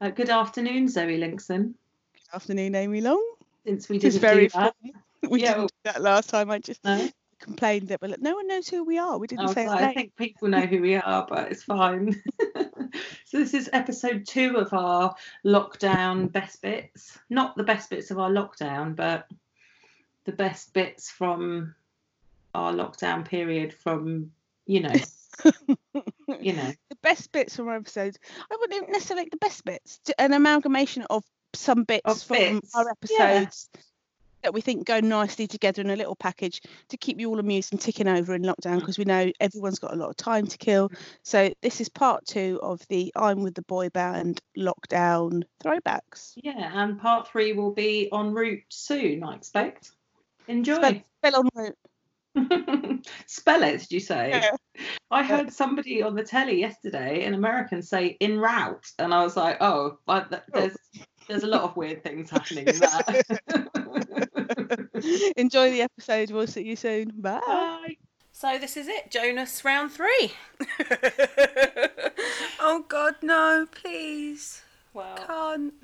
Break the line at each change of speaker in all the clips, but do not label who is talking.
Uh, good afternoon, Zoe Linkson.
Good afternoon, Amy Long.
Since we
This is
didn't
very
do that,
formal. We
Yeah,
didn't do that last time. I just
no?
complained that, but look, no one knows who we are. We
I,
didn't
was
say our
like, I
name.
think people know who we are, but it's fine. so this is episode two of our lockdown best bits. Not the best bits of our lockdown, but the best bits from our lockdown period. From you know, you know,
the best bits from our episodes. I wouldn't even necessarily like the best bits. j- An amalgamation of some bits
Of
from
bits,
our
yeah.
episodes that we think go nicely together in a little package to keep you all amused and ticking over in lockdown because we know everyone's got a lot of time to kill. So this is part two of the I'm with the boy band lockdown throwbacks.
yeah. And part three will be en route soon, I expect.
Spell,
Enjoy.
spell on route.
Spell it, did you say?
Yeah.
I heard somebody on the telly yesterday, an American, say "in route," and I was like, "Oh, like th- there's there's a lot of weird things happening in that."
Enjoy the episode. We'll see you soon. Bye.
Bye.
So this is it, Jonas, round three.
Oh God, no! Please,
well,
can't.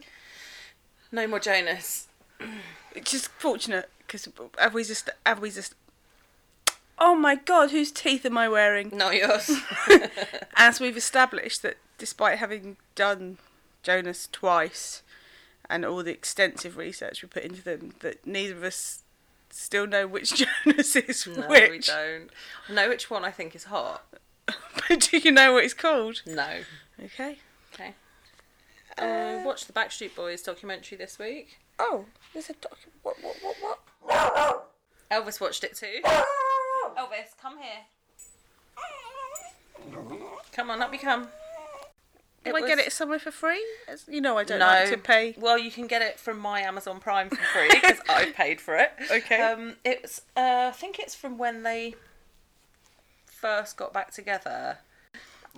no more Jonas.
It's just fortunate because have we just have we just? Oh my God, whose teeth am I wearing?
Not yours.
As we've established that, despite having done Jonas twice, and all the extensive research we put into them, that neither of us still know which Jonas is
no,
which.
we don't. I know which one I think is hot.
but do you know what it's called?
No.
Okay.
Okay. I watched Uh, the Backstreet Boys documentary this week.
Oh, there's a doc. What? What? What? What?
Elvis watched it too. Elvis, come here. Come on, up you come.
Can
It
I get
was-
it somewhere for free? As- You know, I don't
No.
like to pay.
Well, you can get it from my Amazon Prime for free because I paid for it.
Okay.
Um, it's uh, I think it's from when they first got back together.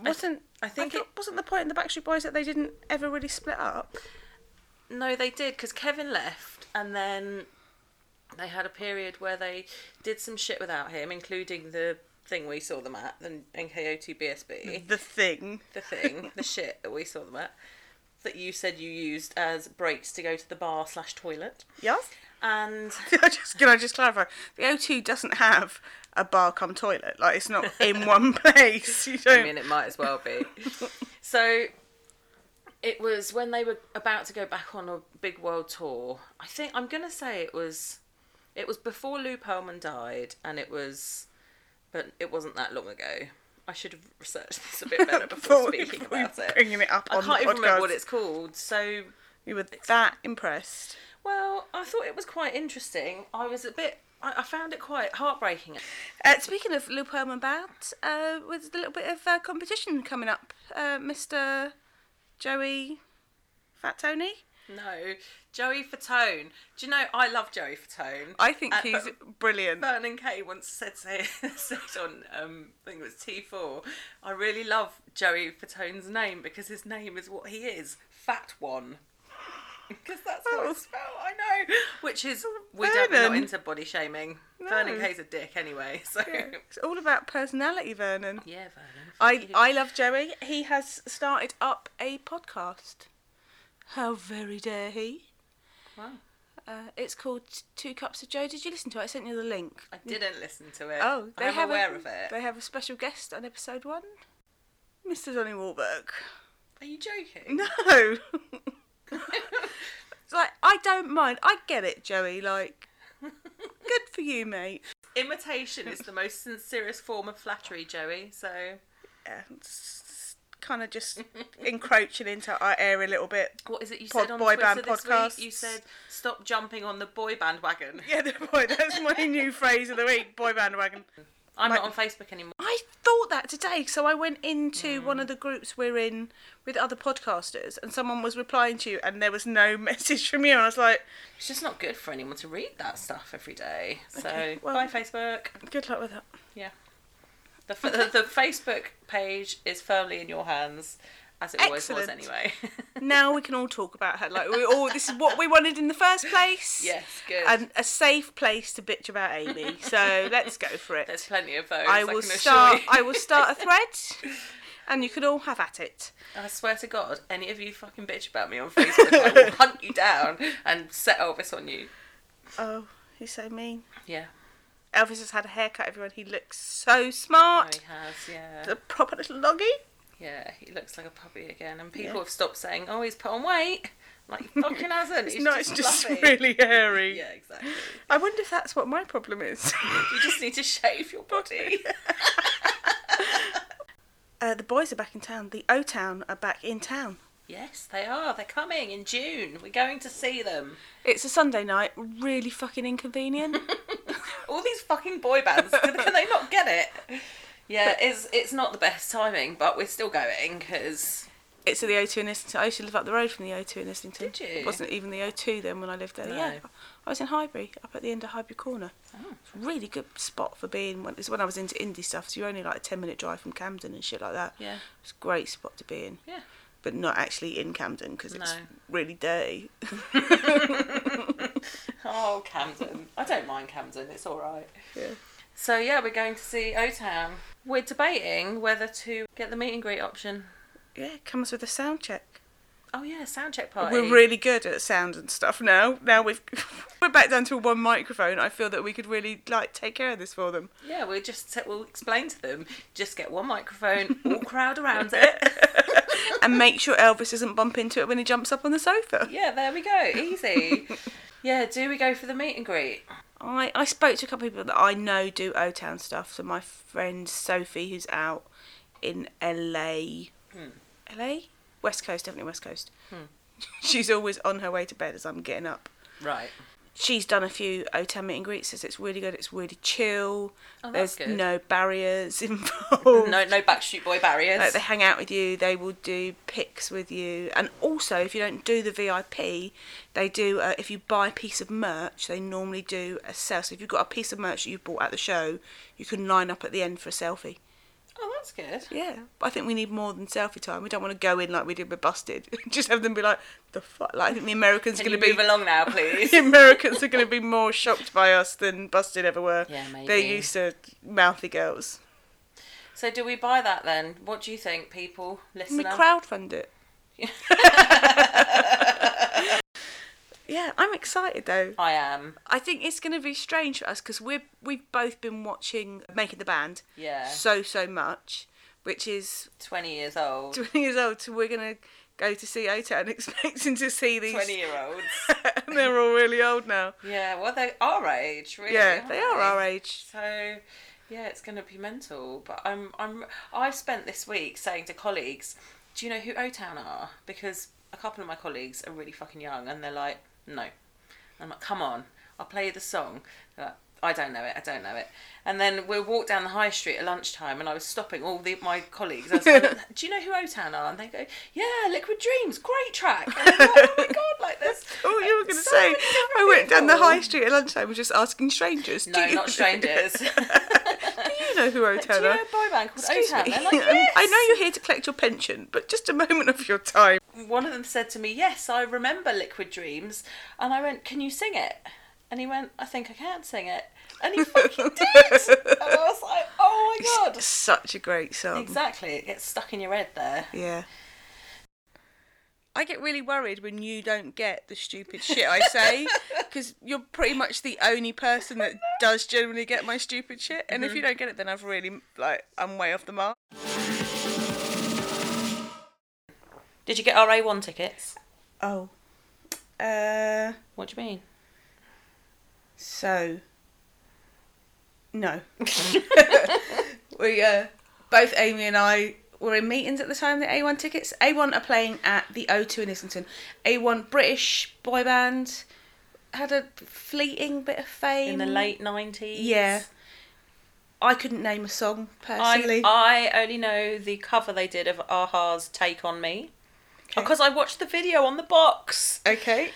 Wasn't
I think
I
it
thought- wasn't the point in the Backstreet Boys that they didn't ever really split up?
No, they did because Kevin left, and then they had a period where they did some shit without him, including the thing we saw them at, the NKO2 BSB,
The thing.
the thing, the shit that we saw them at, that you said you used as breaks to go to the bar slash toilet.
Yes.
And
I just can I just clarify? The O2 doesn't have a bar come toilet. Like it's not in one place. You don't.
I mean, it might as well be. so it was when they were about to go back on a big world tour. I think I'm gonna say it was it was before Lou Pearlman died, and it was, but it wasn't that long ago. I should have researched this a bit better before,
Before we-
speaking
before we
about it.
bringing it up
I
on the
can't even remember
podcast.
what it's called. So
you were that impressed.
well, I thought it was quite interesting. I was a bit. I, I found it quite heartbreaking.
Uh, speaking of Lou Pearlman Band, uh, with a little bit of uh, competition coming up, uh, Mr. Joey Fat Tony.
No, Joey Fatone. Do you know I love Joey Fatone?
I think
Uh,
he's
but-
brilliant.
Burn and Kay once said to said on um, I think it was T4. I really love Joey Fatone's name because his name is what he is, Fat One. Because that's how it's spelled. I know, which is we don't we're not
Vernon.
into body shaming. Vernon
No.
Kay's a dick anyway, so yeah,
It's all about personality, Vernon.
Vernon.
I I love Joey. He has started up a podcast. How very dare he?
Wow.
Uh, it's called Two Cups of Joe. Did you listen to it? I sent you the link.
I didn't listen to it.
Oh, they
I'm
have
aware
a,
of it.
They have a special guest on episode one, Mr. Donny Wahlberg.
Are you joking?
No, it's like I don't mind. I get it, Joey. Like, good for you, mate.
Imitation is the most sincerest form of flattery, Joey. So
Yeah, it's kind of just encroaching into our area a little bit.
What is it you
pod-
said on
boy
Twitter
band
this
podcasts.
week? You said stop jumping on the boy band wagon.
Yeah, boy, that's my new phrase of the week. Boy bandwagon.
I'm
Like-
not on Facebook anymore.
I thought that today, so I went into one of the groups we're in with other podcasters, and someone was replying to you, and there was no message from you, and I was like,
It's just not good for anyone to read that stuff every day. So
Okay, well-
bye Facebook.
"Good luck with that."
Yeah. The, f- the the Facebook page is firmly in your hands, as it always was
Excellent.
anyway.
Now we can all talk about her. Like we all, this is what we wanted in the first place.
yes, good.
and a safe place to bitch about Amy. So let's go for it.
There's plenty of those.
I
can
will
assure
start.
you.
I will start a thread, and you can all have at it.
I swear to God, any of you fucking bitch about me on Facebook, I will hunt you down and set Elvis on you.
Oh, he's so mean.
Yeah.
Elvis has had a haircut, everyone. He looks so smart.
he has, yeah.
The proper little loggy.
Yeah, he looks like a puppy again. And people have stopped saying, oh, he's put on weight. Like, he fucking hasn't.
It's
he's
not,
just
it's just
fluffy.
really hairy.
Yeah, exactly.
I wonder if that's what my problem is.
You just need to shave your body.
uh, the boys are back in town. The O Town are back in town.
yes, they are. They're coming in June. We're going to see them.
It's a Sunday night, really fucking inconvenient.
All these fucking boy bands. Can can they not get it? Yeah, it's it's not the best timing, but we're still going because
it's at the O2 in Islington. I used to live up the road from the O2 in Islington.
Did you?
It wasn't even the O2 then when I lived there.
No.
Yeah, I was in Highbury, up at the end of Highbury Corner. It's a really good spot for being. When, it's when I was into indie stuff, so you're only like a 10 minute drive from Camden and shit like that.
Yeah.
It's a great spot to be in.
Yeah.
But not actually in Camden because it's
No.
really dirty.
oh Camden, I don't mind Camden. It's all right.
Yeah.
So yeah, we're going to see O Town. We're debating whether to get the meet and greet option.
Yeah, it comes with a sound check.
Oh yeah, sound check party.
We're really good at sound and stuff now. Now we've we're back down to one microphone. I feel that we could really like take care of this for them.
yeah, we'll just we'll explain to them. Just get one microphone, all crowd around it.
and make sure Elvis doesn't bump into it when he jumps up on the sofa.
Yeah, there we go. Easy. yeah, do we go for the meet and greet?
I, I spoke to a couple of people that I know do O Town stuff. So my friend Sophie, who's out in LA,
Hmm.
LA, West Coast, definitely West Coast. She's always on her way to bed as I'm getting up.
Right.
She's done a few O Town meet and greets. Says it's really good. It's really chill.
Oh, that's
There's
good.
no barriers involved.
No, no Backstreet Boy barriers.
Like they hang out with you, they will do pics with you, and also if you don't do the VIP, they do. Uh, if you buy a piece of merch, they normally do a sale. So if you've got a piece of merch that you bought at the show, you can line up at the end for a selfie.
Oh, that's good.
Yeah, I think we need more than selfie time. We don't want to go in like we did with Busted. Just have them be like, the fuck. Like I think the Americans are
Can you move
going to be.
along now, please?
The Americans are going to be more shocked by us than Busted ever were.
Yeah,
They're
maybe.
used to mouthy girls.
so, do we buy that then? What do you think, people?
Can we
Listener.
crowdfund it? yeah, I'm excited though.
I am.
I think it's going to be strange for us because we're we've both been watching Making the Band
Yeah.
so so much, which is
20 years old.
20 years old. So we're gonna go to see O Town expecting to see these.
20 year olds.
and they're all really old now.
yeah, well, they're our age, really.
yeah,
aren't
they are our age.
So yeah, it's going to be mental. But I'm I'm I spent this week saying to colleagues, do you know who O Town are? Because a couple of my colleagues are really fucking young, and they're like, no. I'm like, come on, I'll play you the song. They're like, I don't know it. I don't know it. And then we'll walk down the high street at lunchtime, and I was stopping all the, my colleagues. I was like, "Do you know who O Town are?" And they go, "Yeah, Liquid Dreams, great track." And I'm like, oh my god, like this.
Oh, you were going to
so
say.
many different
I went down the
people.
high street at lunchtime just asking strangers.
No,
"Do you
not
know-"
strangers.
Do you know who O
Like, do you
Town
know
are?
a boy band called O
Excuse
Town?
me.
They're like,
um,
yes. Oh
I know you're here to collect your pension, but just a moment of your time.
one of them said to me, Yes, I remember Liquid Dreams. And I went, Can you sing it? And he went, I think I can sing it. And he fucking did. And I was like, Oh my God.
It's such a great song.
Exactly. It gets stuck in your head there.
Yeah. I get really worried when you don't get the stupid shit I say because you're pretty much the only person that does generally get my stupid shit. And if you don't get it, then I've really like I'm way off the mark.
Did you get RA1 tickets?
Oh. Uh.
What do you mean?
So. No. we uh, both Amy and I were in meetings at the time. The A1 tickets. A1 are playing at the O2 in Islington. A1 British boy band had a fleeting bit of fame
In the late 90s?
Mm. Yeah. I couldn't name a song
I,
personally.
I only know the cover they did of Aha's Take on Me.
Okay.
Because I watched the video on the box.
Okay.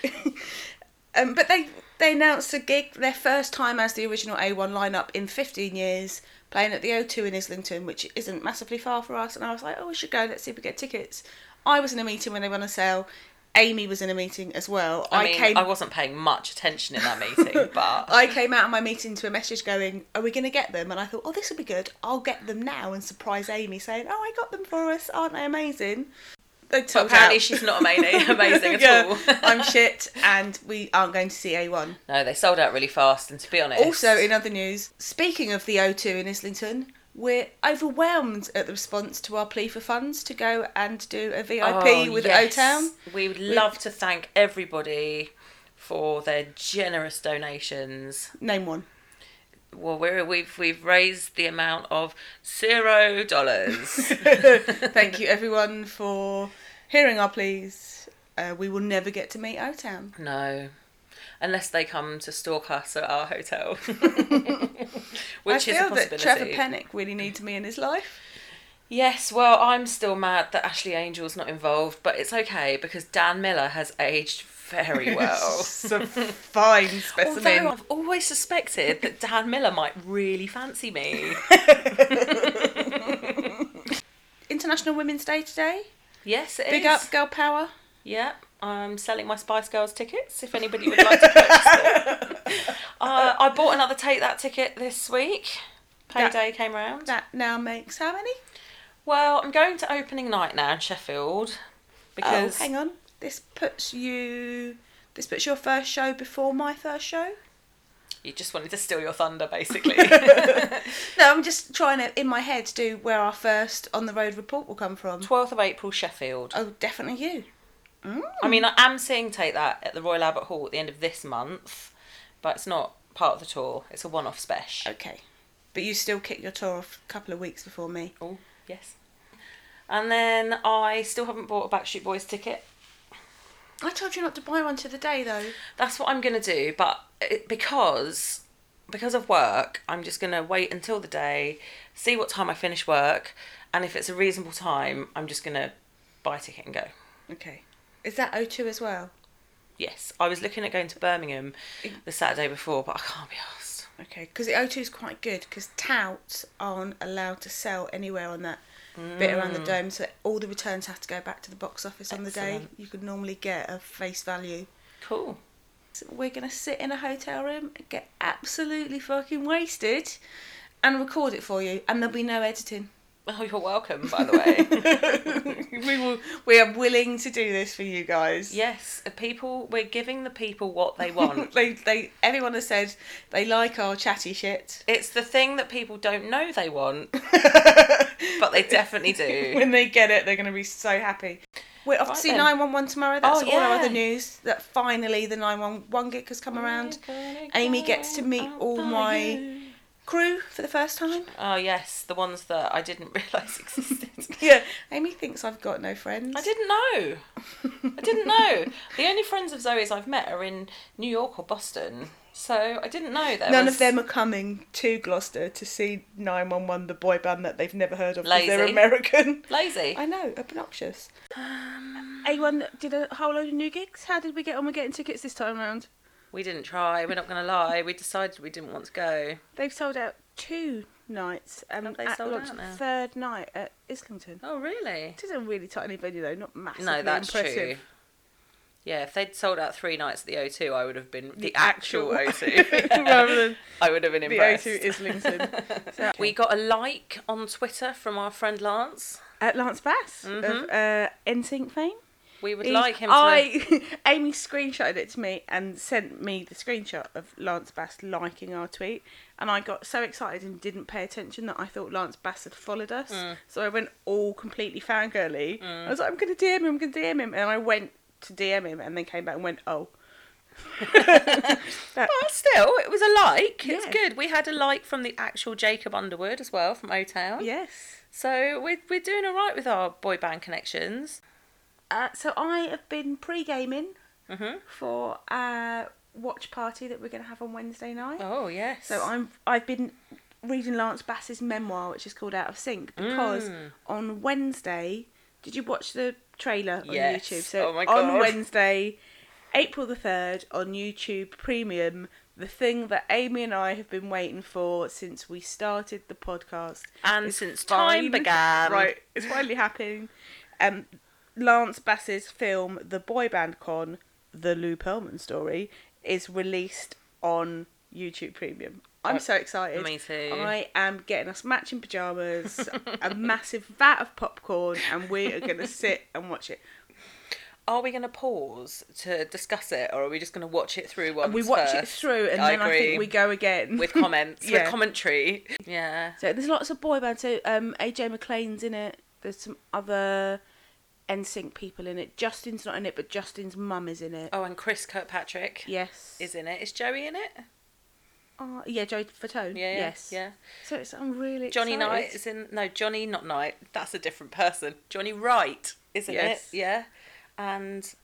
um, but they they announced a gig their first time as the original A1 lineup in 15 years, playing at the O2 in Islington, which isn't massively far for us. And I was like, oh, we should go. Let's see if we get tickets. I was in a meeting when they went on sale. Amy was in a meeting as well.
I, mean,
came
I wasn't paying much attention in that meeting, but
I came out of my meeting to a message going, "Are we going to get them?" And I thought, "Oh, this will be good. I'll get them now and surprise Amy, saying, "Oh, I got them for us. Aren't they amazing?" They
but
took
apparently
out.
she's not amazing, amazing at
Yeah,
all.
I'm shit, and we aren't going to see A1.
no, they sold out really fast, and to be honest,
Also, in other news, speaking of the O2 in Islington, we're overwhelmed at the response to our plea for funds to go and do a VIP
Oh,
with
yes.
O Town.
We would love to thank everybody for their generous donations.
Name one.
Well, we're, we've we've raised the amount of zero dollars.
Thank you, everyone, for hearing our pleas. Uh, we will never get to meet O Town.
no, unless they come to stalk us at our hotel,
I
which is a
feel
possibility.
that Trevor Pennick really needs me in his life.
Yes, well, I'm still mad that Ashley Angel's not involved, but it's okay because Dan Miller has aged very well.
Some fine specimen.
Although I've always suspected that Dan Miller might really fancy me.
International Women's Day today.
Yes, it is.
Big up, girl power.
Yeah, I'm selling my Spice Girls tickets if anybody would like to purchase them. uh, I bought another Take That ticket this week.
That-
Payday came round.
That now makes how many?
Well, I'm going to opening night now in Sheffield
Oh,
because
hang on. This puts you. This puts your first show before my first show.
you just wanted to steal your thunder, basically.
No, I'm just trying to in my head do where our first on the road report will come from.
12th of April, Sheffield.
Oh, definitely you.
I mean, I am seeing Take That at the Royal Albert Hall at the end of this month, but it's not part of the tour. It's a one-off special.
Okay, but you still kick your tour off a couple of weeks before me.
Oh, yes. And then I still haven't bought a Backstreet Boys ticket.
I told you not to buy one to the day though.
That's what I'm gonna do, but it, because because of work, I'm just gonna wait until the day, see what time I finish work, and if it's a reasonable time, I'm just gonna buy a ticket and go.
Okay. Is that O2 as well?
Yes, I was looking at going to Birmingham the Saturday before, but I can't be asked.
Okay, because the O2 is quite good because touts aren't allowed to sell anywhere on that bit around the dome, so all the returns have to go back to the box office on the day.
Excellent.
You could normally get a face value.
Cool.
So we're gonna sit in a hotel room, and get absolutely fucking wasted, and record it for you, and there'll be no editing.
Oh, you're welcome, by the way.
we will. We are willing to do this for you guys.
yes, people, we're giving the people what they want.
they, they, everyone has said they like our chatty shit.
It's the thing that people don't know they want, but they definitely do.
when they get it, they're going to be so happy. We're off
Right
to see
then.
911 tomorrow. That's
Oh,
all our
yeah.
other news. That finally the 911 gig has come around. Amy gets to meet all my crew for the first time.
Oh yes, the ones that I didn't realise existed.
Yeah. Amy thinks I've got no friends.
I didn't know. I didn't know. The only friends of Zoe's I've met are in New York or Boston, so I didn't know there
None
was-
of them are coming to Gloucester to see 911, the boy band that they've never heard of because they're
Lazy.
American.
lazy.
I know, obnoxious.
A1 did a whole load of new gigs. How did we get on with getting tickets this time round?
We didn't try. We're not going to lie. We decided we didn't want to go.
They've sold out two nights. Um,
Have they
at
sold
launch,
out now?
Third night at Islington.
Oh really?
It is a really tiny venue though, not massively
No, that's true.
impressive.
Yeah, if they'd sold out three nights at the O2, I would have been the,
actual-
actual, O2
Rather than
I would have been
The
impressed.
O2 Islington. So-
We got a like on Twitter from our friend Lance.
at Lance Bass
Mm-hmm.
of uh, NSYNC fame.
We would
He's-
like him to.
I Amy screenshotted it to me and sent me the screenshot of Lance Bass liking our tweet, and I got so excited and didn't pay attention that I thought Lance Bass had followed us.
Hmm.
So I went all completely fangirly. I was like, I'm going to DM him. I'm going to DM him, and I went to DM him, and then came back and went, oh. That-
But still, it was a like. It's
Yeah.
good. We had a like from the actual Jacob Underwood as well from O Town.
yes.
So we're, we're doing all right with our boy band connections.
Uh, so I have been pre-gaming
Mhm.
for a watch party that we're going to have on Wednesday night.
Oh, yes.
So I'm I've been reading Lance Bass's memoir, which is called Out of Sync, because
Hmm.
on Wednesday, did you watch the trailer on
Yes.
YouTube? So
Oh my
on
God.
Wednesday, April the third, on YouTube Premium, the thing that Amy and I have been waiting for since we started the podcast
And
is
since time began.
Right, it's finally happening. Um,
Lance Bass's film The Boy Band Con, The Lou Pearlman Story, is released on YouTube Premium. I'm so excited.
Oh, me too.
I am getting us matching pajamas, a massive vat of popcorn, and we are going to sit and watch it.
Are we going to pause to discuss it, or are we just going to watch it through once?
we watch it
first?
through, and
I
then I
agree.
think we go again
with comments,
Yeah.
with commentary. Yeah.
So there's lots of boy bands. So um, AJ McLean's in it. There's some other NSYNC people in it. Justin's not in it, but Justin's mum is in it.
Oh, and Chris Kirkpatrick
Yes.
is in it. Is Joey in it?
Oh, yeah, Joe Fatone.
Yeah, yeah,
yes.
yeah.
So it's I'm really
Johnny
excited.
Knight is in. No, Johnny, not Knight. That's a different person. Johnny Wright, isn't
Yes.
it? Yeah. And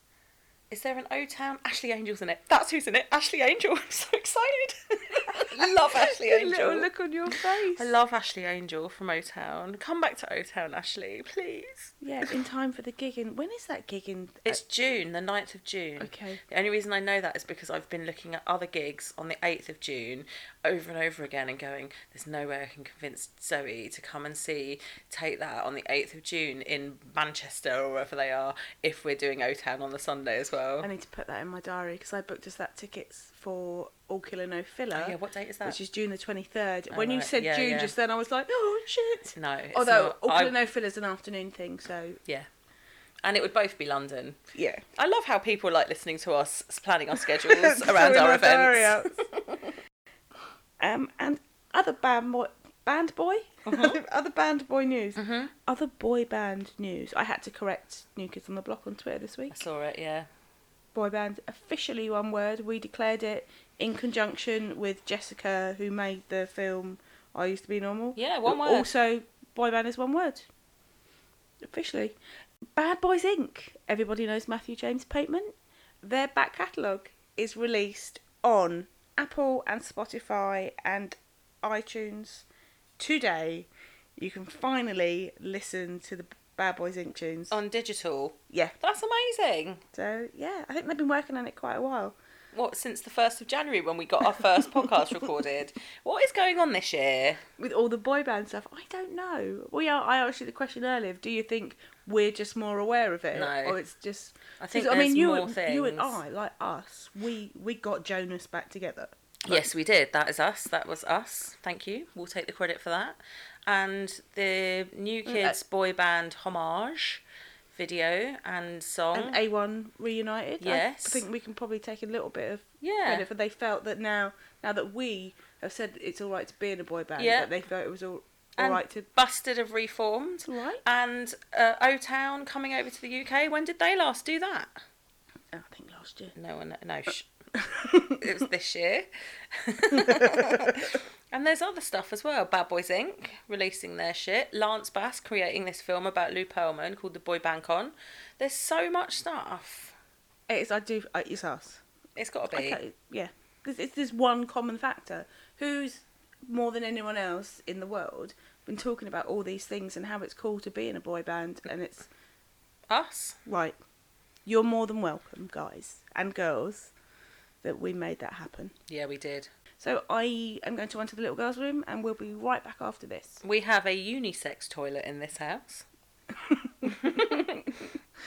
is there an O Town? Ashley Angel's in it. That's who's in it. Ashley Angel. I'm so excited. love Ashley
The
Angel.
little look on your face.
I love Ashley Angel from O Town. Come back to O Town, Ashley, please.
yeah, in time for the gig. In when is that gig in?
It's June, the 9th of June.
Okay.
The only reason I know that is because I've been looking at other gigs on the 8th of June over and over again and going, there's no way I can convince Zoe to come and see Take That on the 8th of June in Manchester or wherever they are if we're doing O Town on the Sunday as well.
I need to put that in my diary because I booked us that tickets for All Killer No Filler.
Oh, yeah, what date is that?
Which is June the twenty third. when you
right.
said
Yeah,
June
yeah.
just then, Oh, I was like, oh shit.
No. It's
Although
not.
All
I-
Killer No Filler is an afternoon thing, so
Yeah. And it would both be London.
yeah.
I love how people like listening to us planning our schedules around our events.
um, and other band boy, band boy,
Uh-huh.
Mm-hmm. other band boy news, other boy band news. I had to correct New Kids on the Block on Twitter this week.
I saw it, yeah.
Boy band officially one word. We declared it in conjunction with Jessica, who made the film I Used to Be Normal.
Yeah, one
who
word.
Also, boy band is one word. Officially, Bad Boys Inc. Everybody knows Matthew James Pateman. Their back catalogue is released on Apple and Spotify and iTunes today. You can finally listen to the Bad Boys Inc. tunes.
On digital.
Yeah.
That's amazing.
So yeah, I think they've been working on it quite a while.
What, since the 1st of January when we got our first podcast recorded? What is going on this year?
with all the boy band stuff, I don't know. We are. I asked you the question earlier. of Do you think we're just more aware of it,
No.
or it's just?
I think
'cause, I
there's
mean, you
more
and you and
things.
I, like us, we we got Jonas back together.
Yes, we did. That is us. That was us. Thank you. We'll take the credit for that. And the New Kids Boy Band homage video and song.
And A One reunited.
Mm.
I
Yes.
think we can probably take a little bit of
Yeah.
credit for they felt that now now that we have said it's all right to be in a boy band,
Yeah.
that they felt it was all all right
And
to.
Busted have reformed.
Right.
And uh, O Town coming over to the UK. When did they last do that?
Oh, I think last year.
No one, no, sh- it was this year. and there's other stuff as well. Bad Boys Inc. releasing their shit. Lance Bass creating this film about Lou Pearlman called The Boy Band Con. There's so much stuff.
It's I do. uh, It's us.
It's got to be.
Okay, uh, yeah. There's, it's this one common factor. Who's more than anyone else in the world been talking about all these things and how it's cool to be in a boy band? And it's
Us.
right. You're more than welcome, guys and girls, that we made that happen.
Yeah, we did.
So I am going to enter the little girls' room, and we'll be right back after this.
We have a unisex toilet in this house.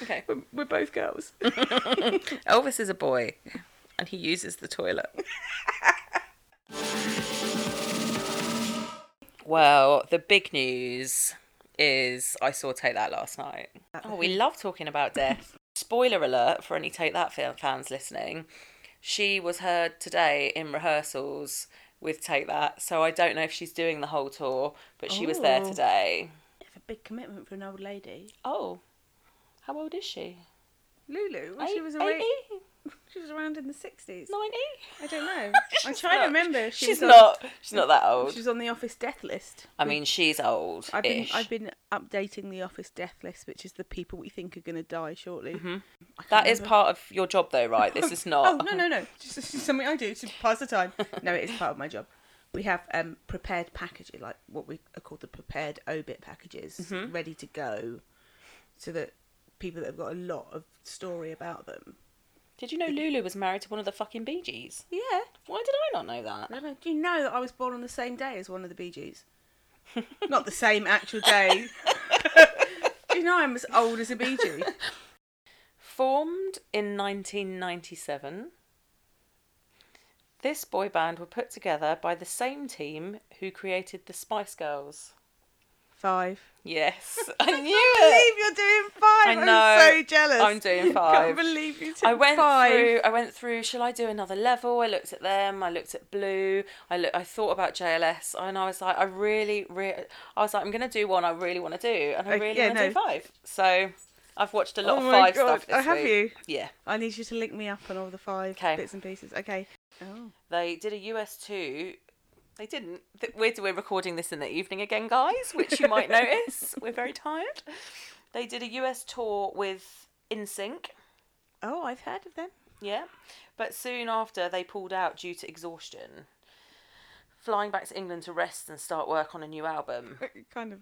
okay.
We're, we're both girls.
Elvis is a boy and he uses the toilet. well, the big news is I saw Take That last night. Oh, we love talking about death. Spoiler alert for any Take That fan- fans listening. She was heard today in rehearsals with Take That, so I don't know if she's doing the whole tour, but she was there
Ooh.
today.
It's a big commitment for an old lady.
Oh, how old is she?
Lulu,
Eight-
she was
80?
around. She was around in the sixties.
90?
I don't know. I'm
She's
trying
not-
to remember. She
she's
was on-
not. She's not that old.
She was on the office death list.
I mean, she's old.
I've been I've been updating the office death list, which is the people we think are going to die shortly. I can't
That is
remember.
part of your job, though, right? This is not.
Oh no no no! Just, this is something I do to pass the time. no, it is part of my job. We have um, prepared packages, like what we are called the prepared obit packages, ready to go, so that people that have got a lot of story about them.
Did you know Lulu was married to one of the fucking Bee Gees?
Yeah.
Why did I not know that?
No, no. Do you know that I was born on the same day as one of the Bee Gees? Not the same actual day. Do you know I'm as old as a Bee Gees?
Formed in 1997, this boy band were put together by the same team who created the Spice Girls.
Five.
Yes, I knew it.
believe you're doing five.
I
am
know.
so jealous.
I'm doing
Can't
five.
believe you took
I went
five.
through. I went through. Shall I do another level? I looked at them. I looked at Blue. I look. I thought about JLS, and I was like, I really, really. I was like, I'm gonna do one. I really want to do, and I
Okay,
really
yeah,
want to
no.
do five. So, I've watched a lot
Oh
of
my
five
God,
stuff this
I have
week.
you.
Yeah,
I need you to link me up on all the five
'Kay.
bits and pieces. Okay. Oh.
they did a US two. They didn't. Th- We're we're recording this in the evening again, guys, which you might notice. We're very tired. They did a US tour with InSync.
Oh, I've heard of them.
Yeah. But soon after, they pulled out due to exhaustion, flying back to England to rest and start work on a new album.
kind of.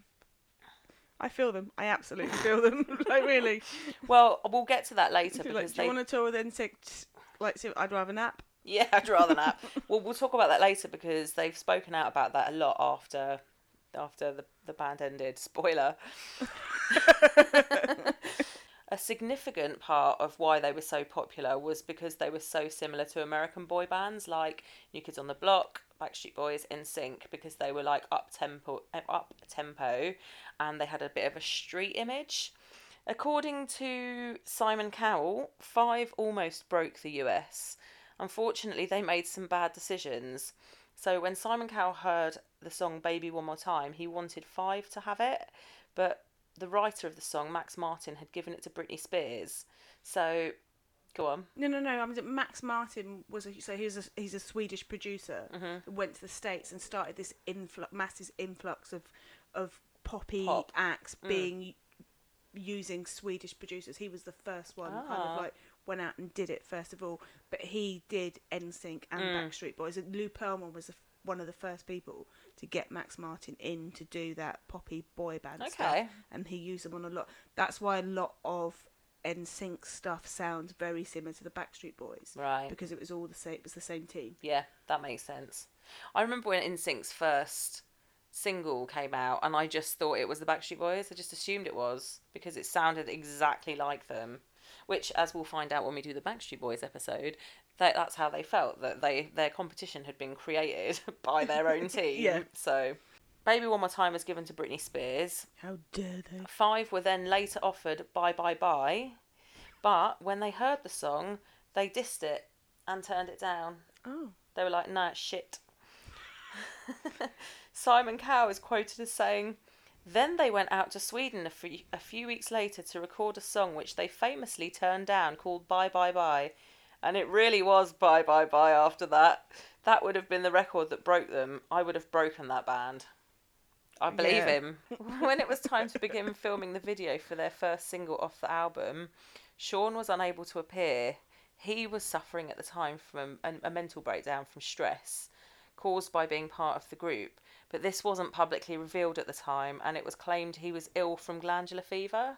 I feel them. I absolutely feel them. like really.
Well, we'll get to that later
Like,
because
do
they.
you want to tour with NSYNC? Like, see, I'd rather nap.
Yeah, I'd rather not. well, we'll talk about that later because they've spoken out about that a lot after after the, the band ended. Spoiler. a significant part of why they were so popular was because they were so similar to American boy bands like New Kids on the Block, Backstreet Boys, In Sync, because they were like up tempo, eh, up tempo, and they had a bit of a street image. According to Simon Cowell, Five almost broke the US. Unfortunately, they made some bad decisions. So when Simon Cowell heard the song Baby One More Time, he wanted Five to have it, but the writer of the song, Max Martin, had given it to Britney Spears. So go on.
No, no, no. I mean, Max Martin was a, so he's a he's a Swedish producer.
Mm-hmm.
who Went to the states and started this influx, massive influx of of poppy
Pop. Mm.
acts being using Swedish producers. He was the first one, kind
Ah.
of like went out and did it first of all. But he did NSYNC and
Mm.
Backstreet Boys, and Lou Pearlman was the, f- one of the first people to get Max Martin in to do that poppy boy band stuff.
Okay.
And he used them on a lot. That's why a lot of NSYNC stuff sounds very similar to the Backstreet Boys,
Right.
Because it was all the same. It was the same team.
Yeah, that makes sense. I remember when InSync's first single came out, and I just thought it was the Backstreet Boys. I just assumed it was because it sounded exactly like them. Which, as we'll find out when we do the Backstreet Boys episode, that that's how they felt that they their competition had been created by their own team.
Yeah.
So, Baby One More Time was given to Britney Spears.
How dare they?
Five were then later offered Bye Bye Bye, but when they heard the song, they dissed it and turned it down.
Oh,
They were like, nah, it's shit. Simon Cowell is quoted as saying, Then they went out to Sweden a few, a few weeks later to record a song which they famously turned down called Bye Bye Bye. And it really was Bye Bye Bye after that. That would have been the record that broke them. I would have broken that band. I believe
Yeah.
him. when it was time to begin filming the video for their first single off the album, Sean was unable to appear. He was suffering at the time from a, a mental breakdown from stress caused by being part of the group, but this wasn't publicly revealed at the time and it was claimed he was ill from glandular fever.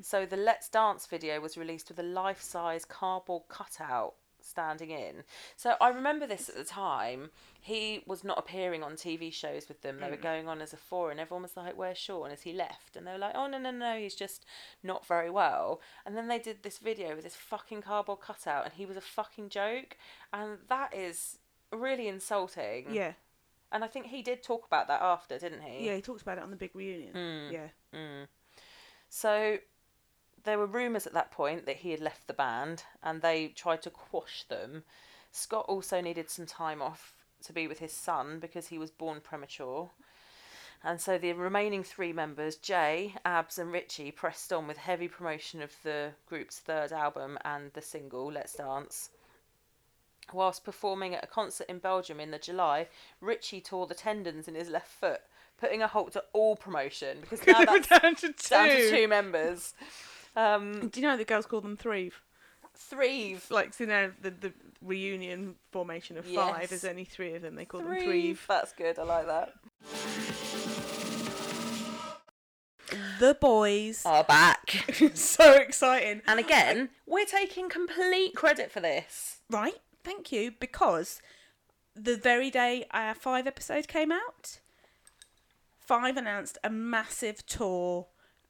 So the Let's Dance video was released with a life size cardboard cutout standing in. So I remember this at the time. He was not appearing on TV shows with them. They
Hmm.
were going on as a four and everyone was like, Where's Sean? Has he left? And they were like, Oh no no no, he's just not very well. And then they did this video with this fucking cardboard cutout and he was a fucking joke. And that is really insulting.
yeah,
And I think he did talk about that after, didn't he?
yeah. He talks about it on the big reunion.
Hmm.
Yeah.
So there were rumours at that point that he had left the band and they tried to quash them. Scott also needed some time off to be with his son because he was born premature. And so the remaining three members, Jay, Abs, and Richie, pressed on with heavy promotion of the group's third album and the single, Let's Dance. Whilst performing at a concert in Belgium in the July, Richie tore the tendons in his left foot, putting a halt to all promotion because now that's
down to two.
down to two members. Um,
Do you know the girls call them three?
three.
Like so now the the reunion formation of
Yes.
five. There's only three of them. They call them three.
That's good. I like that.
The boys.
Are back.
so exciting.
And again, we're taking complete credit for this.
Right. Thank you. Because the very day uh, our five episode came out, five announced a massive tour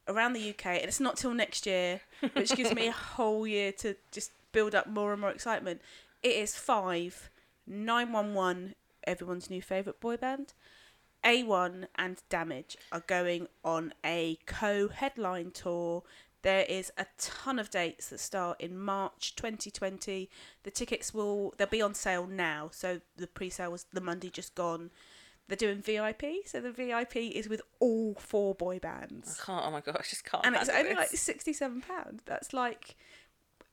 around the UK, and it's not till next year, which gives me a whole year to just build up more and more excitement. It is five, nine one one, everyone's new favourite boy band. A1 and Damage are going on a co headline tour. There is a ton of dates that start in March 2020. The tickets will they'll be on sale now. So the pre-sale was the Monday just gone. They're doing VIP, so the VIP is with all four boy bands
I can't. Oh my god, I just can't.
and it's
handle
only like
this.
sixty-seven pound. That's like,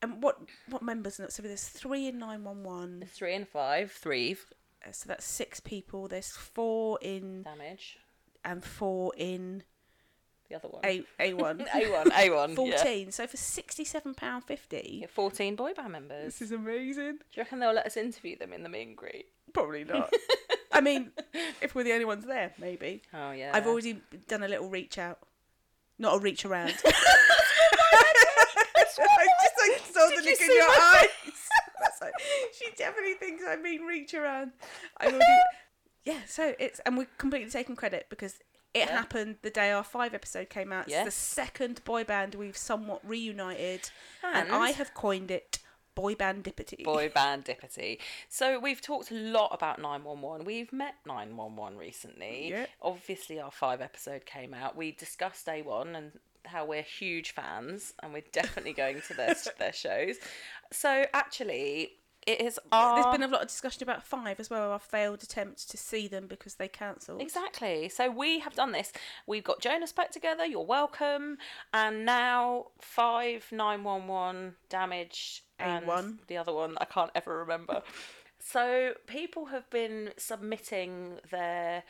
and what what members? in it? So there's three in nine one one. uh,
three and five, three
So that's six people. There's four in
damage.
and four in
The other one.
a a one
A one, A one.
fourteen. So for sixty-seven pound fifty.
Yeah. Fourteen boy band members.
This is amazing.
Do you reckon they'll let us interview them in the meet and greet?
Probably not. I mean, if we're the only ones there, maybe.
Oh yeah.
I've already done a little reach out, not a reach around. I just like saw
Did
the look
you
in
see
your
my
eyes. That's like, she definitely thinks I mean reach around. I already, yeah. So it's and we're completely taking credit because it happened the day our five episode came out. It's the
Yes.
second boy band we've somewhat reunited, and,
And-
I have coined it boy bandipity.
boy band Dippity. So we've talked a lot about 911. We've met 911 recently.
Yeah.
Obviously, our five episode came out. We discussed day one and how we're huge fans and we're definitely going to their, their shows. So actually, it is our...
There's been a lot of discussion about five as well. Our failed attempt to see them because they cancelled.
Exactly. So we have done this. We've got Jonas back together. You're welcome. And now five nine one one damage and
A1.
the other one I can't ever remember. so people have been submitting their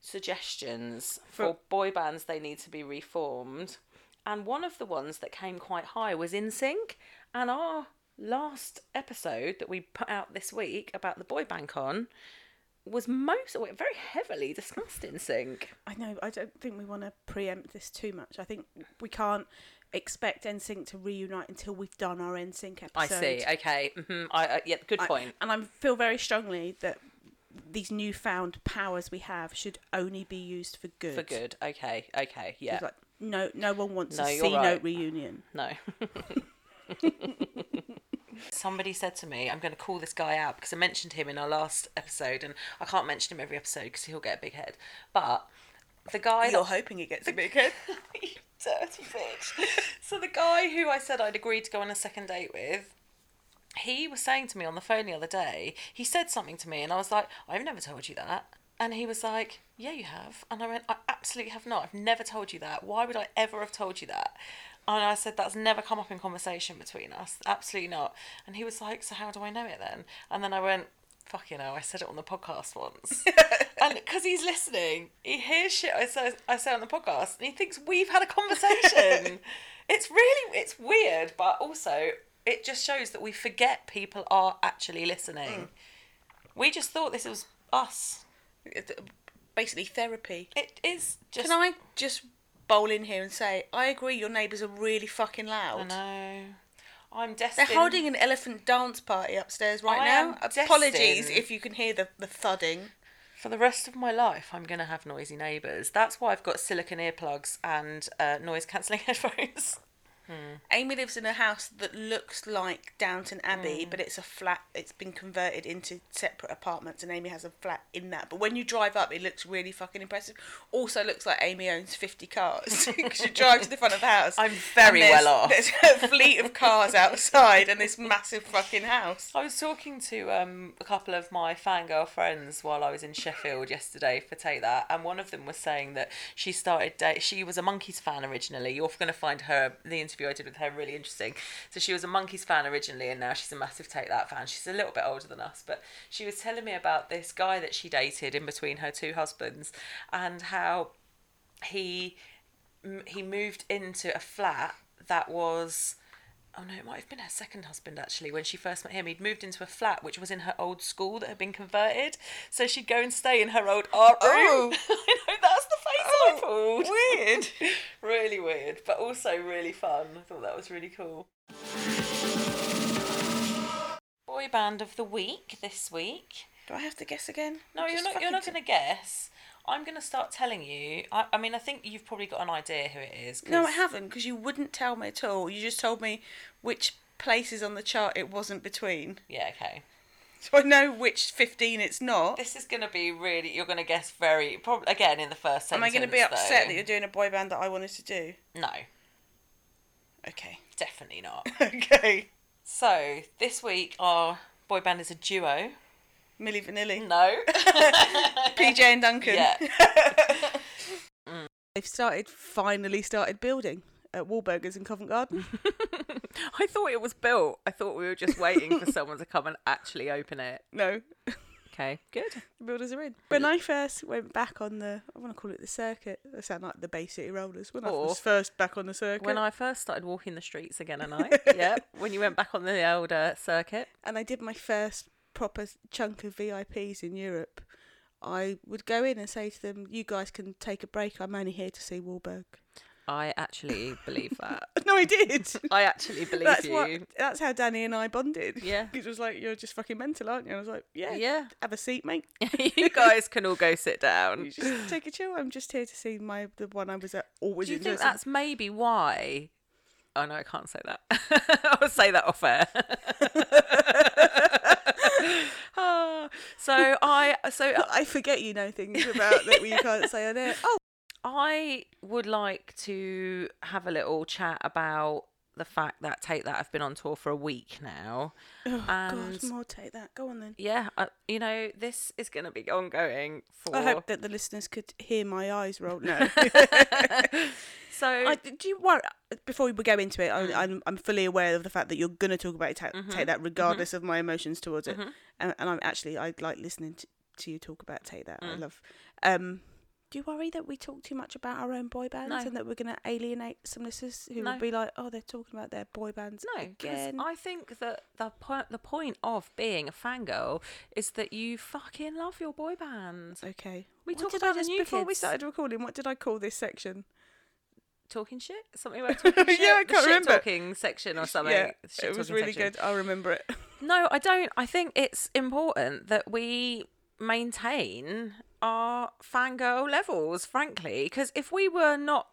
suggestions for, boy bands they need to be reformed. And one of the ones that came quite high was In Sync. And our last episode that we put out this week about the boy band con was most or very heavily discussed in sync.
I know. I don't think we want to preempt this too much. I think we can't expect NSYNC to reunite until we've done our NSYNC episode.
I see. Okay. hmm I, I yeah. Good
I-
point.
and I feel very strongly that these newfound powers we have should only be used for good.
For good. Okay. Okay. Yeah.
It's Like, no, no one wants
No,
a
you're
C
right.
note reunion.
No. Somebody said to me, I'm going to call this guy out because I mentioned him in our last episode, and I can't mention him every episode because he'll get a big head. But the guy that
hoping it gets a big
you dirty bitch. so the guy who I said I'd agreed to go on a second date with, he was saying to me on the phone the other day, he said something to me and I was like, I've never told you that. And he was like, Yeah, you have. And I went, I absolutely have not. I've never told you that. Why would I ever have told you that? And I said, That's never come up in conversation between us. Absolutely not. And he was like, So how do I know it then? And then I went, Fucking hell, I said it on the podcast once. and because he's listening, he hears shit I say, I say on the podcast and he thinks we've had a conversation. it's really, it's weird, but also it just shows that we forget people are actually listening.
Mm.
We just thought this was us.
Basically, therapy.
It is just.
Can I just bowl in here and say I agree? Your neighbours are really fucking loud.
I know. I'm destined.
They're holding an elephant dance party upstairs right
I
now.
am
Apologies
destined.
if you can hear the, the thudding.
For the rest of my life, I'm going to have noisy neighbours. That's why I've got silicon earplugs and uh, noise cancelling headphones.
Amy lives in a house that looks like Downton Abbey, but it's a flat. It's been converted into separate apartments, and Amy has a flat in that. But when you drive up, it looks really fucking impressive. Also, looks like Amy owns fifty cars because you drive to the front of the house.
I'm very
and there's-
well off.
There's a fleet of cars outside, and this massive fucking house.
I was talking to um, a couple of my fangirl friends while I was in Sheffield yesterday for Take That, and one of them was saying that she started date. She was a Monkeys fan originally. You're going to find her the interview I did with her really interesting. So she was a Monkeys fan originally, and now she's a massive Take That fan. She's a little bit older than us, but she was telling me about this guy that she dated in between her two husbands, and how he m- he moved into a flat that was oh no, it might have been her second husband actually. When she first met him, he'd moved into a flat which was in her old school that had been converted. So she'd go and stay in her old art
Oh.
room. I know that's the face I pulled.
Weird.
really weird, but also really fun. I thought that was really cool. Boy band of the week this week.
Do I have to guess again?
No,
I'm
you're
just
not. You're
fucking
not going to guess. I'm going to start telling you. I, I mean, I think you've probably got an idea who it is. 'cause-
No, I haven't, because you wouldn't tell me at all. You just told me which places on the chart it wasn't between.
Yeah, okay.
So I know which 15 it's not.
This is going to be really. You're going to guess very. Probably again in the first
Am I
sentence.
going to be upset that
though.
you're doing a boy band that I wanted to do?
No,
Okay.
definitely not.
okay.
so this week our boy band is a duo.
Millie Vanilli.
No.
PJ and Duncan.
Yeah.
They've started, finally started building at Wahlburgers in Covent Garden.
I thought it was built. I thought we were just waiting for someone to come and actually open it.
no,
Okay, good.
the builders are in. When I first went back on the, I want to call it the circuit. I sound like the Bay City Rollers. When I
Or-
was first back on the circuit,
When I first started walking the streets again, and I, yeah, when you went back on the elder circuit,
and I did my first proper chunk of VIPs in Europe, I would go in and say to them, "You guys can take a break. I'm only here to see Wahlberg."
I actually believe that.
No, I did.
I actually believe
that's
you.
what. That's how Danny and I bonded.
Yeah.
it was like you're just fucking mental, aren't you? And I was like, "Yeah,
Yeah.
Have a seat, mate.
you guys can all go sit
You
down.
just take a chill. I'm just here to see my the one I was at always
Do you
in
think
person."
that's maybe why? Oh no, I can't say that. I'll say that off air. Ah, so I, so
I forget you know things about that you can't say on it. Oh,
I would like to have a little chat about the fact that Take That have been on tour for a week now. and
God, more take that. Go on then.
yeah, I, you know, this is going to be ongoing for.
I hope that the listeners could hear my eyes roll. No.
so,
I, do you worry before we go into it?
Mm-hmm.
I, I'm I'm fully aware of the fact that you're going to talk about it, ta- take that, regardless of my emotions towards
Mm-hmm.
it. And, and I'm actually I like listening to, to you talk about take that. I
Mm.
love. Um, do you worry that we talk too much about our own boy bands
No.
and that we're going to alienate some listeners who
No.
will be like, oh, they're talking about their boy bands
no, 'cause
again?
I think that the, po- the point of being a fangirl is that you fucking love your boy band.
okay.
We
What
talked
did I
about the
just-
new
before we
kids.
started recording. What did I call this section?
Talking shit? Something about talking
Yeah,
shit?
I
The
can't
shit
remember.
talking section or something.
Yeah,
Oh, The shit
it was
talking
really
section.
good. I'll remember it.
No, I don't. I think it's important that we maintain our fangirl levels, frankly, because if we were not.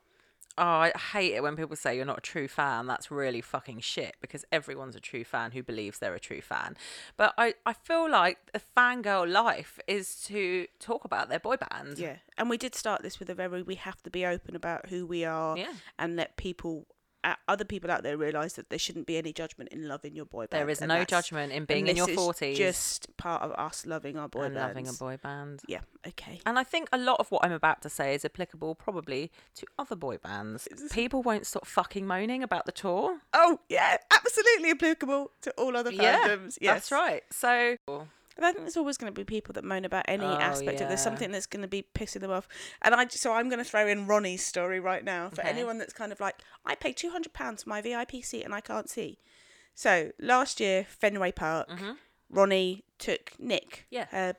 Oh, I hate it when people say you're not a true fan. That's really fucking shit because everyone's a true fan who believes they're a true fan. But I, I feel like the fangirl life is to talk about their boy band.
Yeah, and we did start this with a very we have to be open about who we are
Yeah.
and let people uh, other people out there realize that there shouldn't be any judgment in loving your boy band.
is
and
no
that's-
judgment in being
and
in
this
your
is
40s.
Just part of us loving our boy
and
bands.
loving a boy band.
Yeah. Okay.
And I think a lot of what I'm about to say is applicable probably to other boy bands. People won't stop fucking moaning about the tour.
Oh yeah, absolutely applicable to all other fandoms.
yeah, that's
yes.
right. So
But I think there's always going to be people that moan about any
Oh,
aspect of
yeah.
there's something that's going to be pissing them off. And I so I'm going to throw in Ronnie's story right now for
Okay.
anyone that's kind of like I paid 200 pounds for my VIP seat and I can't see. So last year Fenway Park, Ronnie took Nick.
Mm-hmm.
uh,
Yeah.
her-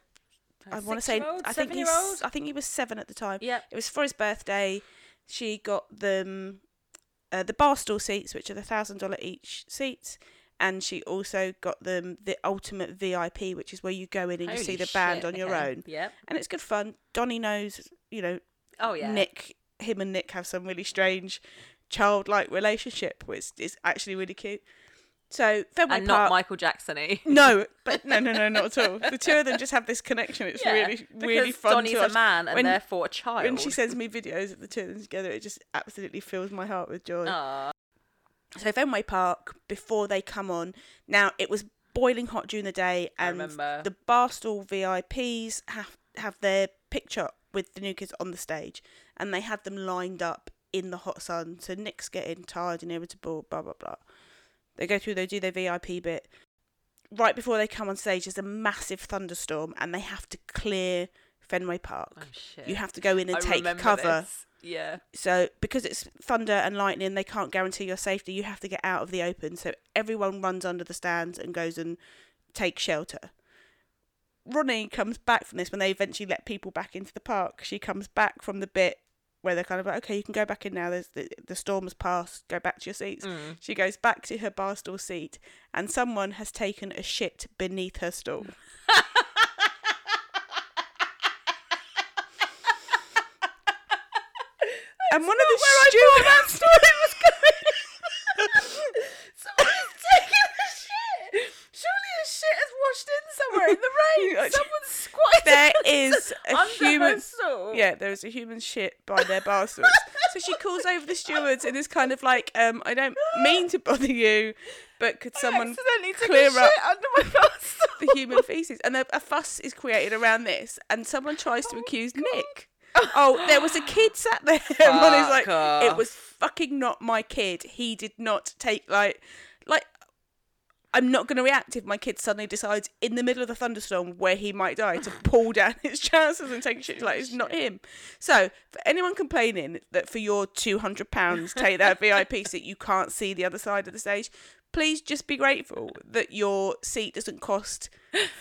I want to say
six-year-old,
I think he's
seven-year-old?
I think he was 7 at the time.
Yeah.
It was for his birthday. She got them uh, the barstool seats, which are the thousand dollar each seats, and she also got them the ultimate VIP, which is where you go in and you see the band on your own,
Yep.
and it's good fun. Donny knows, you know,
Oh yeah.
Nick. Him and Nick have some really strange childlike relationship, which is actually really cute. So Fenway
And
Park.
not Michael Jackson-y.
no, but no, no, no, not at all. The two of them just have this connection. It's
Yeah,
really, really
because
fun. to
Donny's a
watch.
man and
When-
therefore a child.
When she sends me videos of the two of them together, it just absolutely fills my heart with joy.
Aw.
So Fenway Park before they come on. Now it was boiling hot during the day,
I
and
remember.
the Barstool VIPs have have their picture with the new kids on the stage, and they had them lined up in the hot sun. So Nick's getting tired and irritable, blah blah blah. They go through, they do their VIP bit. Right before they come on stage, there's a massive thunderstorm, and they have to clear Fenway Park.
Oh, shit.
You have to go in and
I
take
remember
cover.
this. Yeah.
So because it's thunder and lightning, they can't guarantee your safety. You have to get out of the open. So everyone runs under the stands and goes and takes shelter. Ronnie comes back from this when they eventually let people back into the park. She comes back from the bit where they're kind of like, okay, you can go back in now. There's the, the storm has passed. Go back to your seats. She goes back to her barstool seat, and someone has taken a shit beneath her stool.
and one of the
where I thought that
students.
story was going. Someone's taking the shit. Surely the shit has washed in somewhere in the rain. Someone's squatted.
There is a
under her
human-
stall.
Yeah, there was a human shit by their bar stools. so she calls over the stewards and is kind of like, um, I don't mean to bother you, but could
I
someone
accidentally took
clear
a shit
up
under my bar stool.
the human feces? And a, a fuss is created around this, and someone tries to accuse Nick. Oh, there was a kid sat there, and one is like,
Fuck off.
it was fucking not my kid. He did not take like, like. I'm not going to react if my kid suddenly decides in the middle of the thunderstorm where he might die to pull down his chances and take shit. Like, it's not him. So, for anyone complaining that for your £200, take that VIP seat, you can't see the other side of the stage, please just be grateful that your seat doesn't cost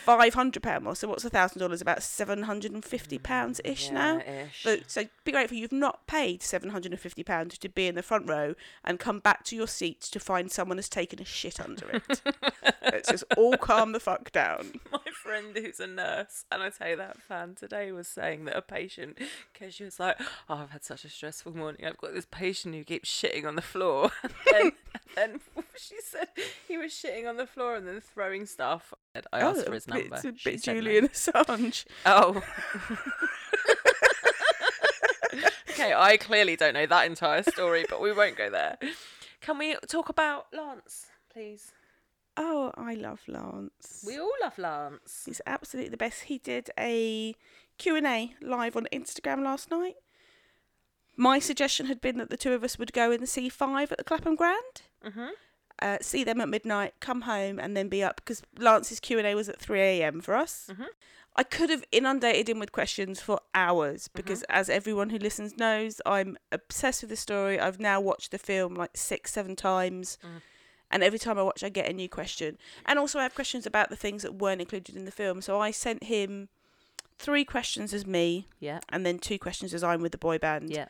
£500 more. So, what's $1,000? About £750 ish now.
ish.
But- So, be grateful you've not paid £750 to be in the front row and come back to your seat to find someone has taken a shit under it. Let's just all calm the fuck down.
my friend who's a nurse, and I take that fan today, was saying that a patient, because she was like, "Oh, I've had such a stressful morning. I've got this patient who keeps shitting on the floor." And then, and then she said he was shitting on the floor and then throwing stuff. And I asked for his
Oh, bit-
number.
It's a
She
bit
said no.
Julian Assange.
Oh. okay, I clearly don't know that entire story, but we won't go there. Can we talk about Lance, please?
Oh, I love Lance.
We all love Lance.
He's absolutely the best. He did a Q&A live on Instagram last night. My suggestion had been that the two of us would go and see Five at the Clapham Grand.
Mm-hmm.
uh, see them at midnight, come home, and then be up because Lance's Q and A was at three a.m. for us.
Mhm.
I could have inundated him with questions for hours
Mm-hmm.
because, as everyone who listens knows, I'm obsessed with the story. I've now watched the film like six, seven times, and every time I watch, I get a new question. And also, I have questions about the things that weren't included in the film. So I sent him three questions as me,
Yeah,
and then two questions as I'm with the boy band
yeah.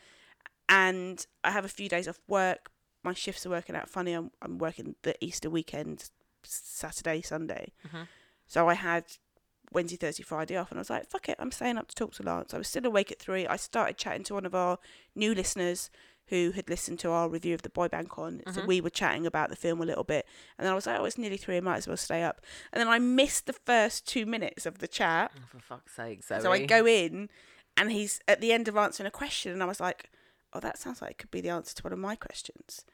and I have a few days off work. My shifts are working out funny. I'm, I'm working the Easter weekend, Saturday, Sunday.
Mhm.
So I had Wednesday, Thursday, Friday off, and I was like, fuck it, I'm staying up to talk to Lance. I was still awake at three. I started chatting to one of our new listeners who had listened to our review of the Boy Band Con.
Mm-hmm.
So we were chatting about the film a little bit, and then I was like, oh, it's nearly three, I might as well stay up. And then I missed the first two minutes of the chat.
Oh, for fuck's sake, Zoe.
So I go in, and he's at the end of answering a question, and I was like, "Oh, that sounds like it could be the answer to one of my questions."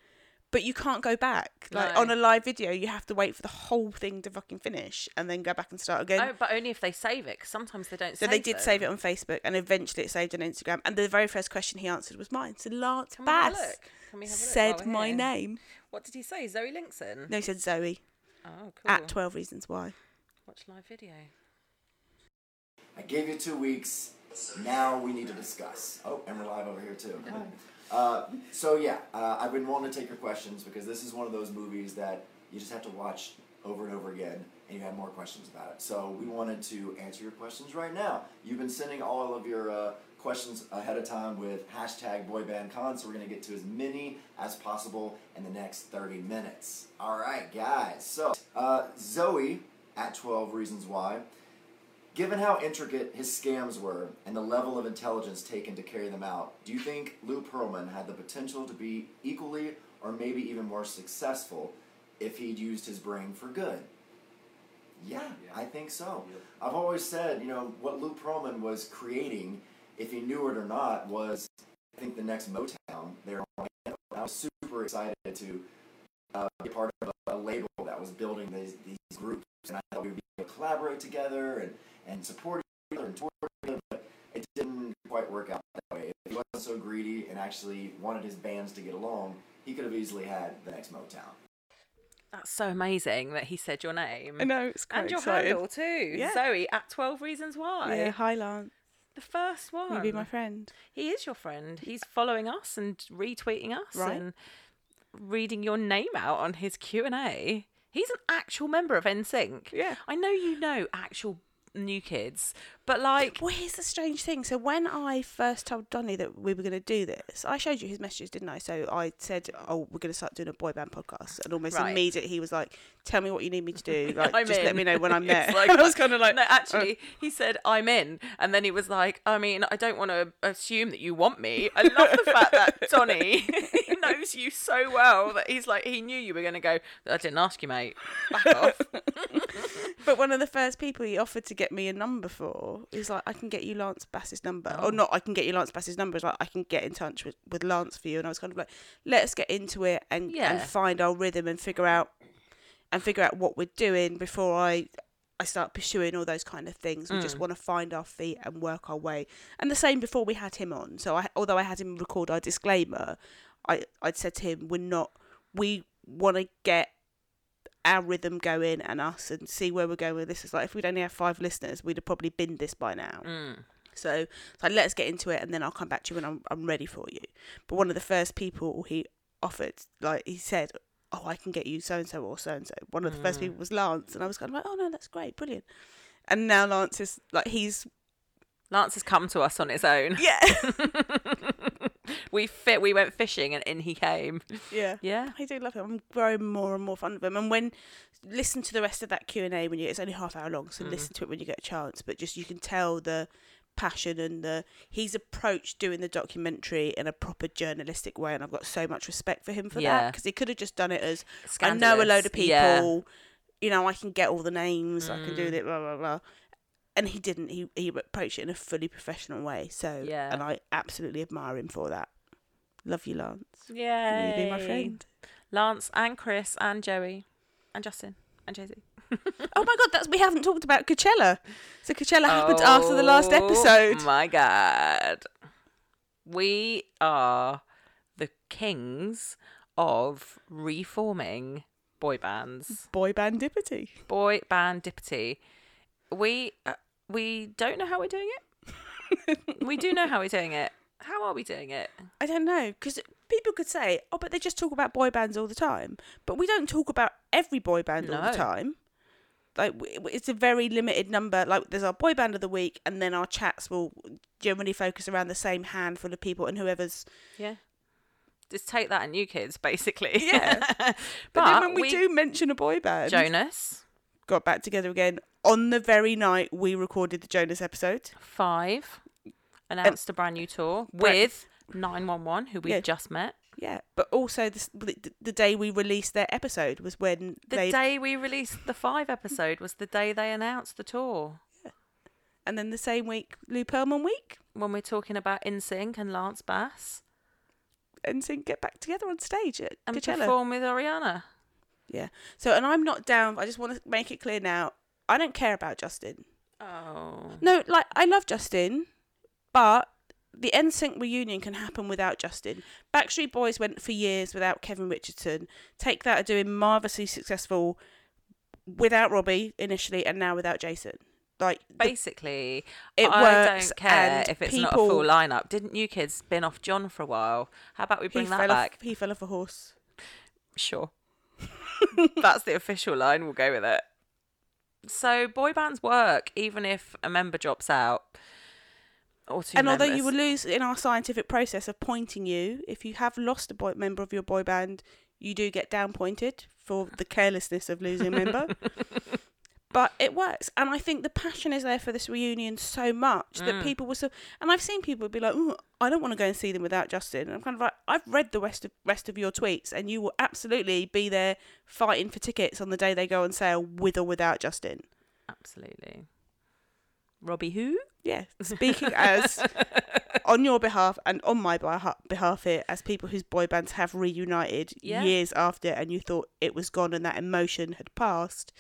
But you can't go back. Like
No.
on a live video, you have to wait for the whole thing to fucking finish and then go back and start again.
Oh, but only if they save it. 'cause sometimes they don't.
so
save
they did
them.
save it on Facebook, and eventually it saved on Instagram. And the very first question he answered was mine. So Lance
Can we have a
Bass
look? Can we have a look
said
while we're
my
here?
name.
What did he say? Zoe Linkson.
No, he said Zoe
Oh, cool.
at Twelve Reasons Why.
Watch live video.
I gave you two weeks. Now we need to discuss. Oh, and we're live over here too. Uh, so yeah, uh, I've been wanting to take your questions because this is one of those movies that you just have to watch over and over again, and you have more questions about it. So we wanted to answer your questions right now. You've been sending all of your uh, questions ahead of time with hashtag boybandcon, so we're gonna get to as many as possible in the next 30 minutes. All right, guys. So uh, Zoe at 12 Reasons Why. Given how intricate his scams were and the level of intelligence taken to carry them out, do you think Lou Pearlman had the potential to be equally or maybe even more successful if he'd used his brain for good? Yeah, I think so. I've always said, you know, what Lou Pearlman was creating, if he knew it or not, was I think the next Motown there. I was super excited to uh, be part of a, a label that was building these, these groups, and I thought we would be able to collaborate together and and support each other and tour together, but it didn't quite work out that way. If he wasn't so greedy and actually wanted his bands to get along, he could have easily had the next Motown.
That's so amazing that he said your name
I know it's quite
Mm. and your
exciting.
handle too.
Yeah.
Zoe at Twelve Reasons Why.
Yeah, hi Lance.
The first one.
Will you be my friend?
He is your friend. He's following us and retweeting us
Right.
and reading your name out on his Q and A. He's an actual member of NSYNC.
Yeah.
I know you know actual new kids, But like,
Well, here's the strange thing. So when I first told Donny that we were going to do this, I showed you his messages, didn't I? So I said, "Oh, we're going to start doing a boy band podcast," and almost
Right.
immediately he was like, "Tell me what you need me to do. Like,
I'm
just let
in.
me know when I'm
It's
there."
like-
I was kind of like, uh.
no, actually, he said, I'm in. And then he was like, I mean, I don't want to assume that you want me. I love the fact that Donny he knows you so well that he's like, he knew you were going to go, I didn't ask you, mate. Back off.
But one of the first people he offered to get me a number for, he's like, I can get you Lance Bass's number.
Oh.
Or not, I can get you Lance Bass's number. It's like, I can get in touch with, with Lance for you. And I was kind of like, let's get into it and,
Yeah.
and find our rhythm and figure out and figure out what we're doing before I I start pursuing all those kind of things. We just want to find our feet and work our way. And the same before we had him on. So I, although I had him record our disclaimer, I I'd said to him, we're not, we want to get our rhythm going and us and see where we're going with this. It's like if we'd only have five listeners, we'd have probably been this by now.
Mm.
So, so let's get into it and then I'll come back to you when I'm, I'm ready for you. But one of the first people he offered, like he said, Oh, I can get you so and so or so and so. One of the first people was Lance. And I was kind of like, Oh, no, that's great, brilliant. And now Lance is like, he's,
Lance has come to us on his own.
yeah,
We fit. We went fishing, and in he came.
yeah.
Yeah.
I do love him. I'm growing more and more fond of him. And when listen to the rest of that Q and A when you it's only half hour long, so listen to it when you get a chance. But just you can tell the passion and the he's approached doing the documentary in a proper journalistic way, and I've got so much respect for him for that
Yeah.
because he could have just done it as I know a load of
Scandalous, yeah. Mm.
people, you know, I can get all the names, I can do that, blah blah blah. And he didn't. He he approached it in a fully professional way. So
Yeah.
and I absolutely admire him for that. Love you, Lance.
Yeah.
You be my friend.
Lance and Chris and Joey and Justin and Jay Z.
Oh my god, that's we haven't talked about Coachella. So Coachella happened after the last episode.
Oh my god. We are the kings of reforming boy bands.
Boy band Dippity.
Boy band Dipity. We uh, we don't know how we're doing it. we do know how we're doing it. How are we doing it?
I don't know because people could say, "Oh, but they just talk about boy bands all the time." But we don't talk about every boy band all
No.
the time. Like w- w- it's a very limited number. Like there's our boy band of the week, and then our chats will generally focus around the same handful of people and whoever's.
Yeah. Just take that and you kids, basically.
Yeah.
but,
But, then when we, do mention a boy band,
Jonas,
got back together again on the very night we recorded the Jonas episode.
five, announced a brand new tour with 911, who we've
Yeah.
just met.
Yeah, but also this, the the day we released their episode was when
The
they
day we released the five episode was the day they announced the tour.
and then the same week Lou Pearlman week
When we're talking about InSync and Lance Bass
and so get back together on stage at
and
Coachella.
perform with Ariana.
Yeah. So and I'm not down. I just want to make it clear now. I don't care about Justin.
Oh.
No, like I love Justin, but the NSYNC reunion can happen without Justin. Backstreet Boys went for years without Kevin Richardson. Take that are doing marvelously successful without Robbie initially, and now without Jason. Like the
Basically,
It
I
works
don't care
and
if it's not a
people-
full lineup. Didn't you kids spin off John for a while? How about we bring
he
that
fell
back?
Off, he fell off a horse.
Sure. That's the official line. We'll go with it. So boy bands work even if a member drops out or two
and although you
members.
will lose in our scientific process of pointing you, if you have lost a boy- member of your boy band, you do get down pointed for the carelessness of losing a member. But it works, and I think the passion is there for this reunion so much that people were so. And I've seen people be like, "Ooh, "I don't want to go and see them without Justin." And I'm kind of like, "I've read the rest of rest of your tweets, and you will absolutely be there fighting for tickets on the day they go on sale, with or without Justin."
Absolutely. Robbie who?
yeah, speaking as on your behalf and on my behalf, behalf here, as people whose boy bands have reunited
Yeah.
years after, and you thought it was gone and that emotion had passed.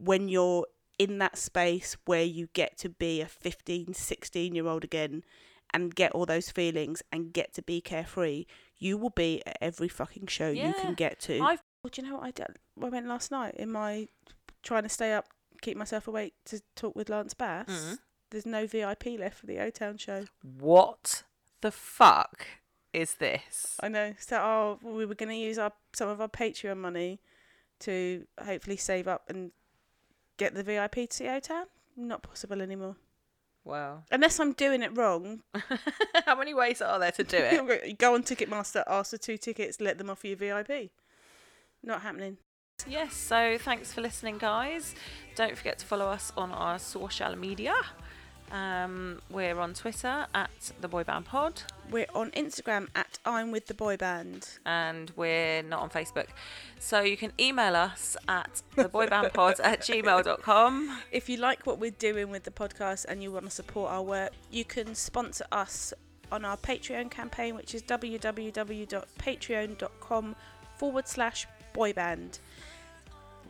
When you're in that space where you get to be a 15, 16 year old again and get all those feelings and get to be carefree, you will be at every fucking show you
Yeah.
can get to.
I've
Well, do you know what I did? I went last night in my trying to stay up, keep myself awake to talk with Lance Bass.
Mhm.
There's no VIP left for the O Town show.
What the fuck is this?
I know. So oh, well, we were going to use our some of our Patreon money to hopefully save up and get the VIP to see O Town. Not possible anymore.
Wow.
Unless I'm doing it wrong,
How many ways are there to do it?
you go on Ticketmaster, ask for two tickets, let them offer you VIP. Not happening.
Yes, so thanks for listening, guys. Don't forget to follow us on our social media. Um, we're on Twitter at the Boy Band Pod,
We're on Instagram at I'm with the boy band.
and we're not on Facebook. So you can email us at theboybandpod at gmail.com.
If you like what we're doing with the podcast and you want to support our work, you can sponsor us on our Patreon campaign, which is www.patreon.com forward slash boyband.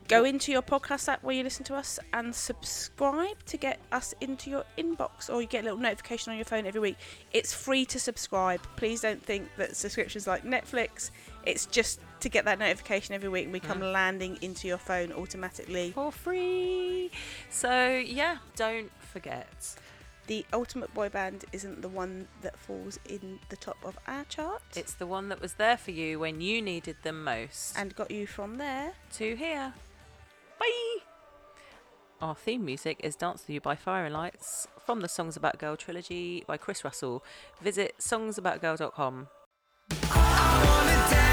Go into your podcast app where you listen to us and subscribe to get us into your inbox or you get a little notification on your phone every week. It's free to subscribe. Please don't think that subscriptions like Netflix, it's just to get that notification every week and we come landing into your phone automatically.
for free. So yeah, don't forget.
The ultimate boy band isn't the one that falls in the top of our chart
It's the one that was there for you when you needed them most.
and got you from there.
to here.
Bye!
Our theme music is Dance With You by Fire and Lights from the Songs About Girl trilogy by Chris Russell. Visit songsaboutgirl.com.
I wanna dance.